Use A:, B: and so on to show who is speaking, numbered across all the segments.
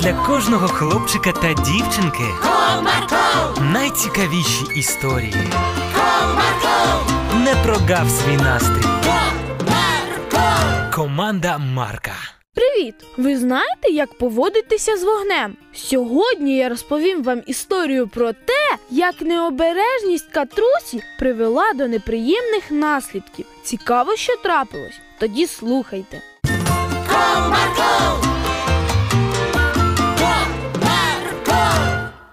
A: для кожного хлопчика та дівчинки
B: Comarco,
A: найцікавіші історії.
B: Comarco,
A: Не прогав свій настрій.
B: Comarco.
A: Команда Марка.
C: Привіт! Ви знаєте, як поводитися з вогнем? Сьогодні я розповім вам історію про те, як необережність катрусі привела до неприємних наслідків. Цікаво, що трапилось. Тоді слухайте.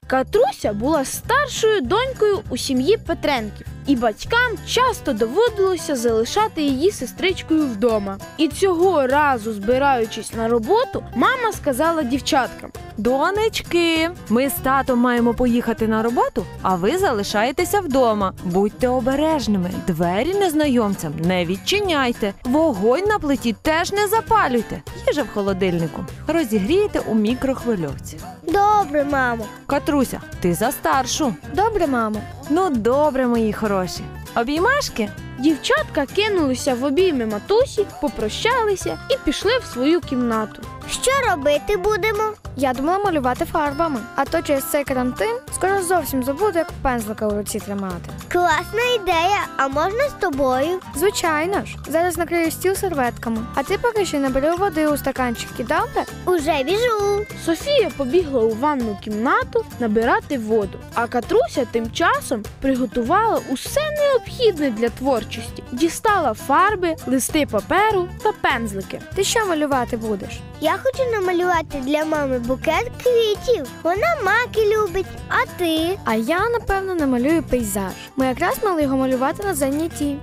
C: Катруся була старшою донькою у сім'ї Петренків, і батькам часто доводилося залишати її сестричкою вдома. І цього разу, збираючись на роботу, мама сказала дівчаткам:
D: Донечки, ми з татом маємо поїхати на роботу, а ви залишаєтеся вдома. Будьте обережними, двері незнайомцям не відчиняйте. Вогонь на плиті теж не запалюйте. Їжа в холодильнику. Розігрійте у мікрохвильовці.
E: Добре, мамо.
D: Катруся, ти за старшу.
E: Добре, мамо.
D: Ну добре, мої хороші. Обіймашки?
C: дівчатка кинулися в обійми матусі, попрощалися і пішли в свою кімнату.
E: Що робити будемо? Я думала малювати фарбами. А то через цей карантин скоро зовсім забуду, як пензлика у руці тримати.
F: Класна ідея, а можна з тобою?
E: Звичайно ж, зараз накрию стіл серветками. А ти поки що наберу води у стаканчики, добре?
F: Уже біжу.
C: Софія побігла у ванну кімнату набирати воду, а Катруся тим часом приготувала усе необхідне для творчості, дістала фарби, листи паперу та пензлики.
E: Ти що малювати будеш?
F: Я хочу намалювати для мами букет квітів. Вона маки любить, а ти
E: А я, напевно, намалюю пейзаж. Ми якраз мали його малювати на занятті.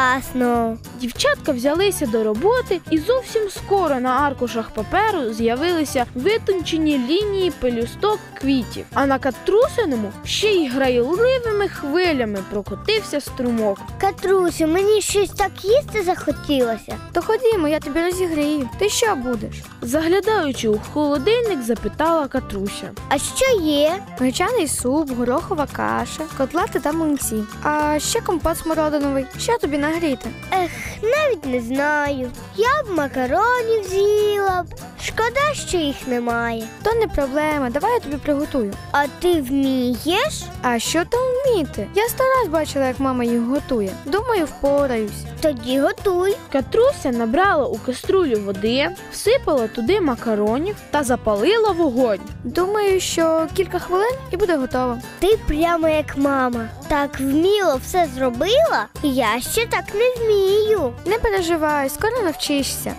F: класно.
C: Дівчатка взялися до роботи, і зовсім скоро на аркушах паперу з'явилися витончені лінії пелюсток квітів. А на катрусиному ще й грайливими хвилями прокотився струмок.
F: Катрусю, мені щось так їсти захотілося.
E: То ходімо, я тобі розігрію. Ти що будеш?
C: Заглядаючи у холодильник, запитала Катруся.
F: А що є?
E: Гречаний суп, горохова каша, котлети та млинці. А ще компот смородиновий. Що тобі нагріти?
F: Ех, навіть не знаю. Я б макаронів з'їла б. Шкода, що їх немає.
E: То не проблема, давай я тобі приготую.
F: А ти вмієш?
E: А що там вміти? Я сто раз бачила, як мама їх готує. Думаю, впораюсь.
F: Тоді готуй.
C: Катруся набрала у каструлю води, всипала туди макаронів та запалила вогонь.
E: Думаю, що кілька хвилин і буде готово.
F: Ти прямо як мама. Так вміло все зробила. Я ще так не вмію.
E: Не переживай, скоро навчишся.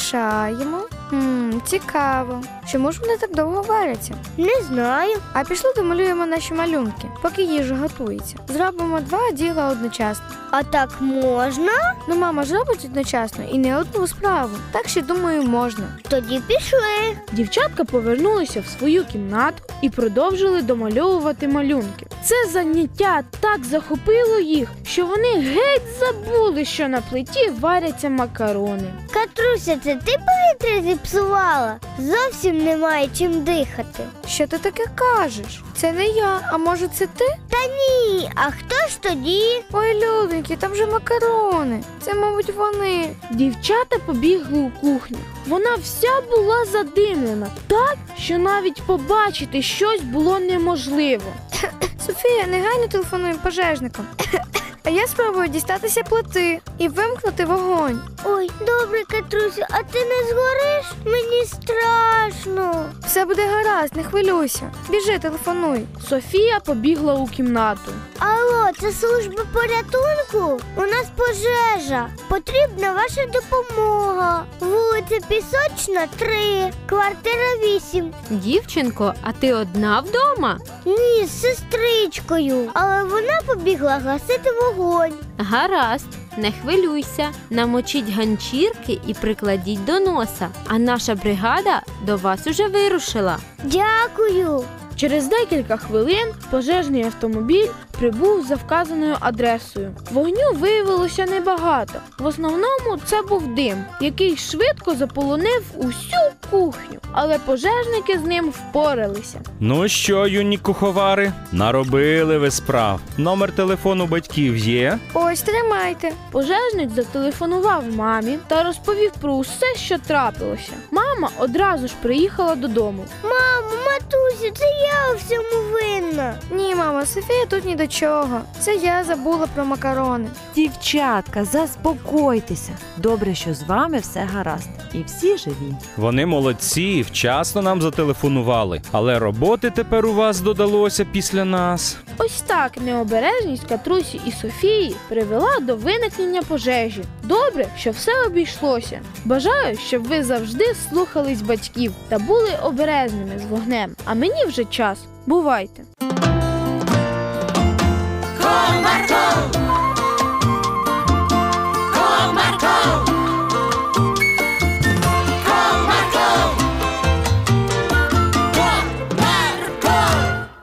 E: Помішаємо. Хм, цікаво. Чому ж вони так довго варяться?
F: Не знаю.
E: А пішли домалюємо наші малюнки, поки їжа готується. Зробимо два діла одночасно.
F: А так можна?
E: Ну, мама ж робить одночасно і не одну справу. Так що думаю, можна.
F: Тоді пішли.
C: Дівчатка повернулися в свою кімнату і продовжили домальовувати малюнки. Це заняття так захопило їх, що вони геть забули, що на плиті варяться макарони.
F: Катруся, це ти повітря зіпсувала. Зовсім немає чим дихати.
E: Що ти таке кажеш? Це не я, а може це ти?
F: Ні, а хто ж тоді?
E: Ой, люденьки, там же макарони. Це, мабуть, вони.
C: Дівчата побігли у кухню. Вона вся була задимлена, так що навіть побачити щось було неможливо.
E: Софія, негайно телефонуй пожежникам. А я спробую дістатися плити і вимкнути вогонь.
F: Ой, добре, Катрусю, а ти не згориш? Мені страшно.
E: Все буде гаразд, не хвилюйся. Біжи, телефонуй.
C: Софія побігла у кімнату.
F: Алло, це служба порятунку? У нас пожежа. Потрібна ваша допомога. Вулиця Пісочна 3, квартира 8.
G: Дівчинко, а ти одна вдома?
F: Ні, з сестричкою. Але вона побігла гасити вогонь.
G: Гаразд, не хвилюйся. Намочіть ганчірки і прикладіть до носа. А наша бригада до вас уже вирушила.
F: Дякую.
C: Через декілька хвилин пожежний автомобіль прибув за вказаною адресою. Вогню виявилося небагато. В основному це був дим, який швидко заполонив усю кухню, але пожежники з ним впоралися.
H: Ну що, юні куховари, наробили ви справ. Номер телефону батьків є.
E: Ось тримайте.
C: Пожежник зателефонував мамі та розповів про усе, що трапилося. Мама одразу ж приїхала додому.
F: Мамо, матусю, це я у всьому винна.
E: Ні, мама, Софія тут ні до чого. Це я забула про макарони.
D: Дівчатка, заспокойтеся. Добре, що з вами все гаразд, і всі живі.
H: Вони молодці, вчасно нам зателефонували. Але роботи тепер у вас додалося після нас.
C: Ось так необережність Катрусі і Софії привела до виникнення пожежі. Добре, що все обійшлося. Бажаю, щоб ви завжди слухались батьків та були обережними з вогнем. А мені вже час. Бувайте!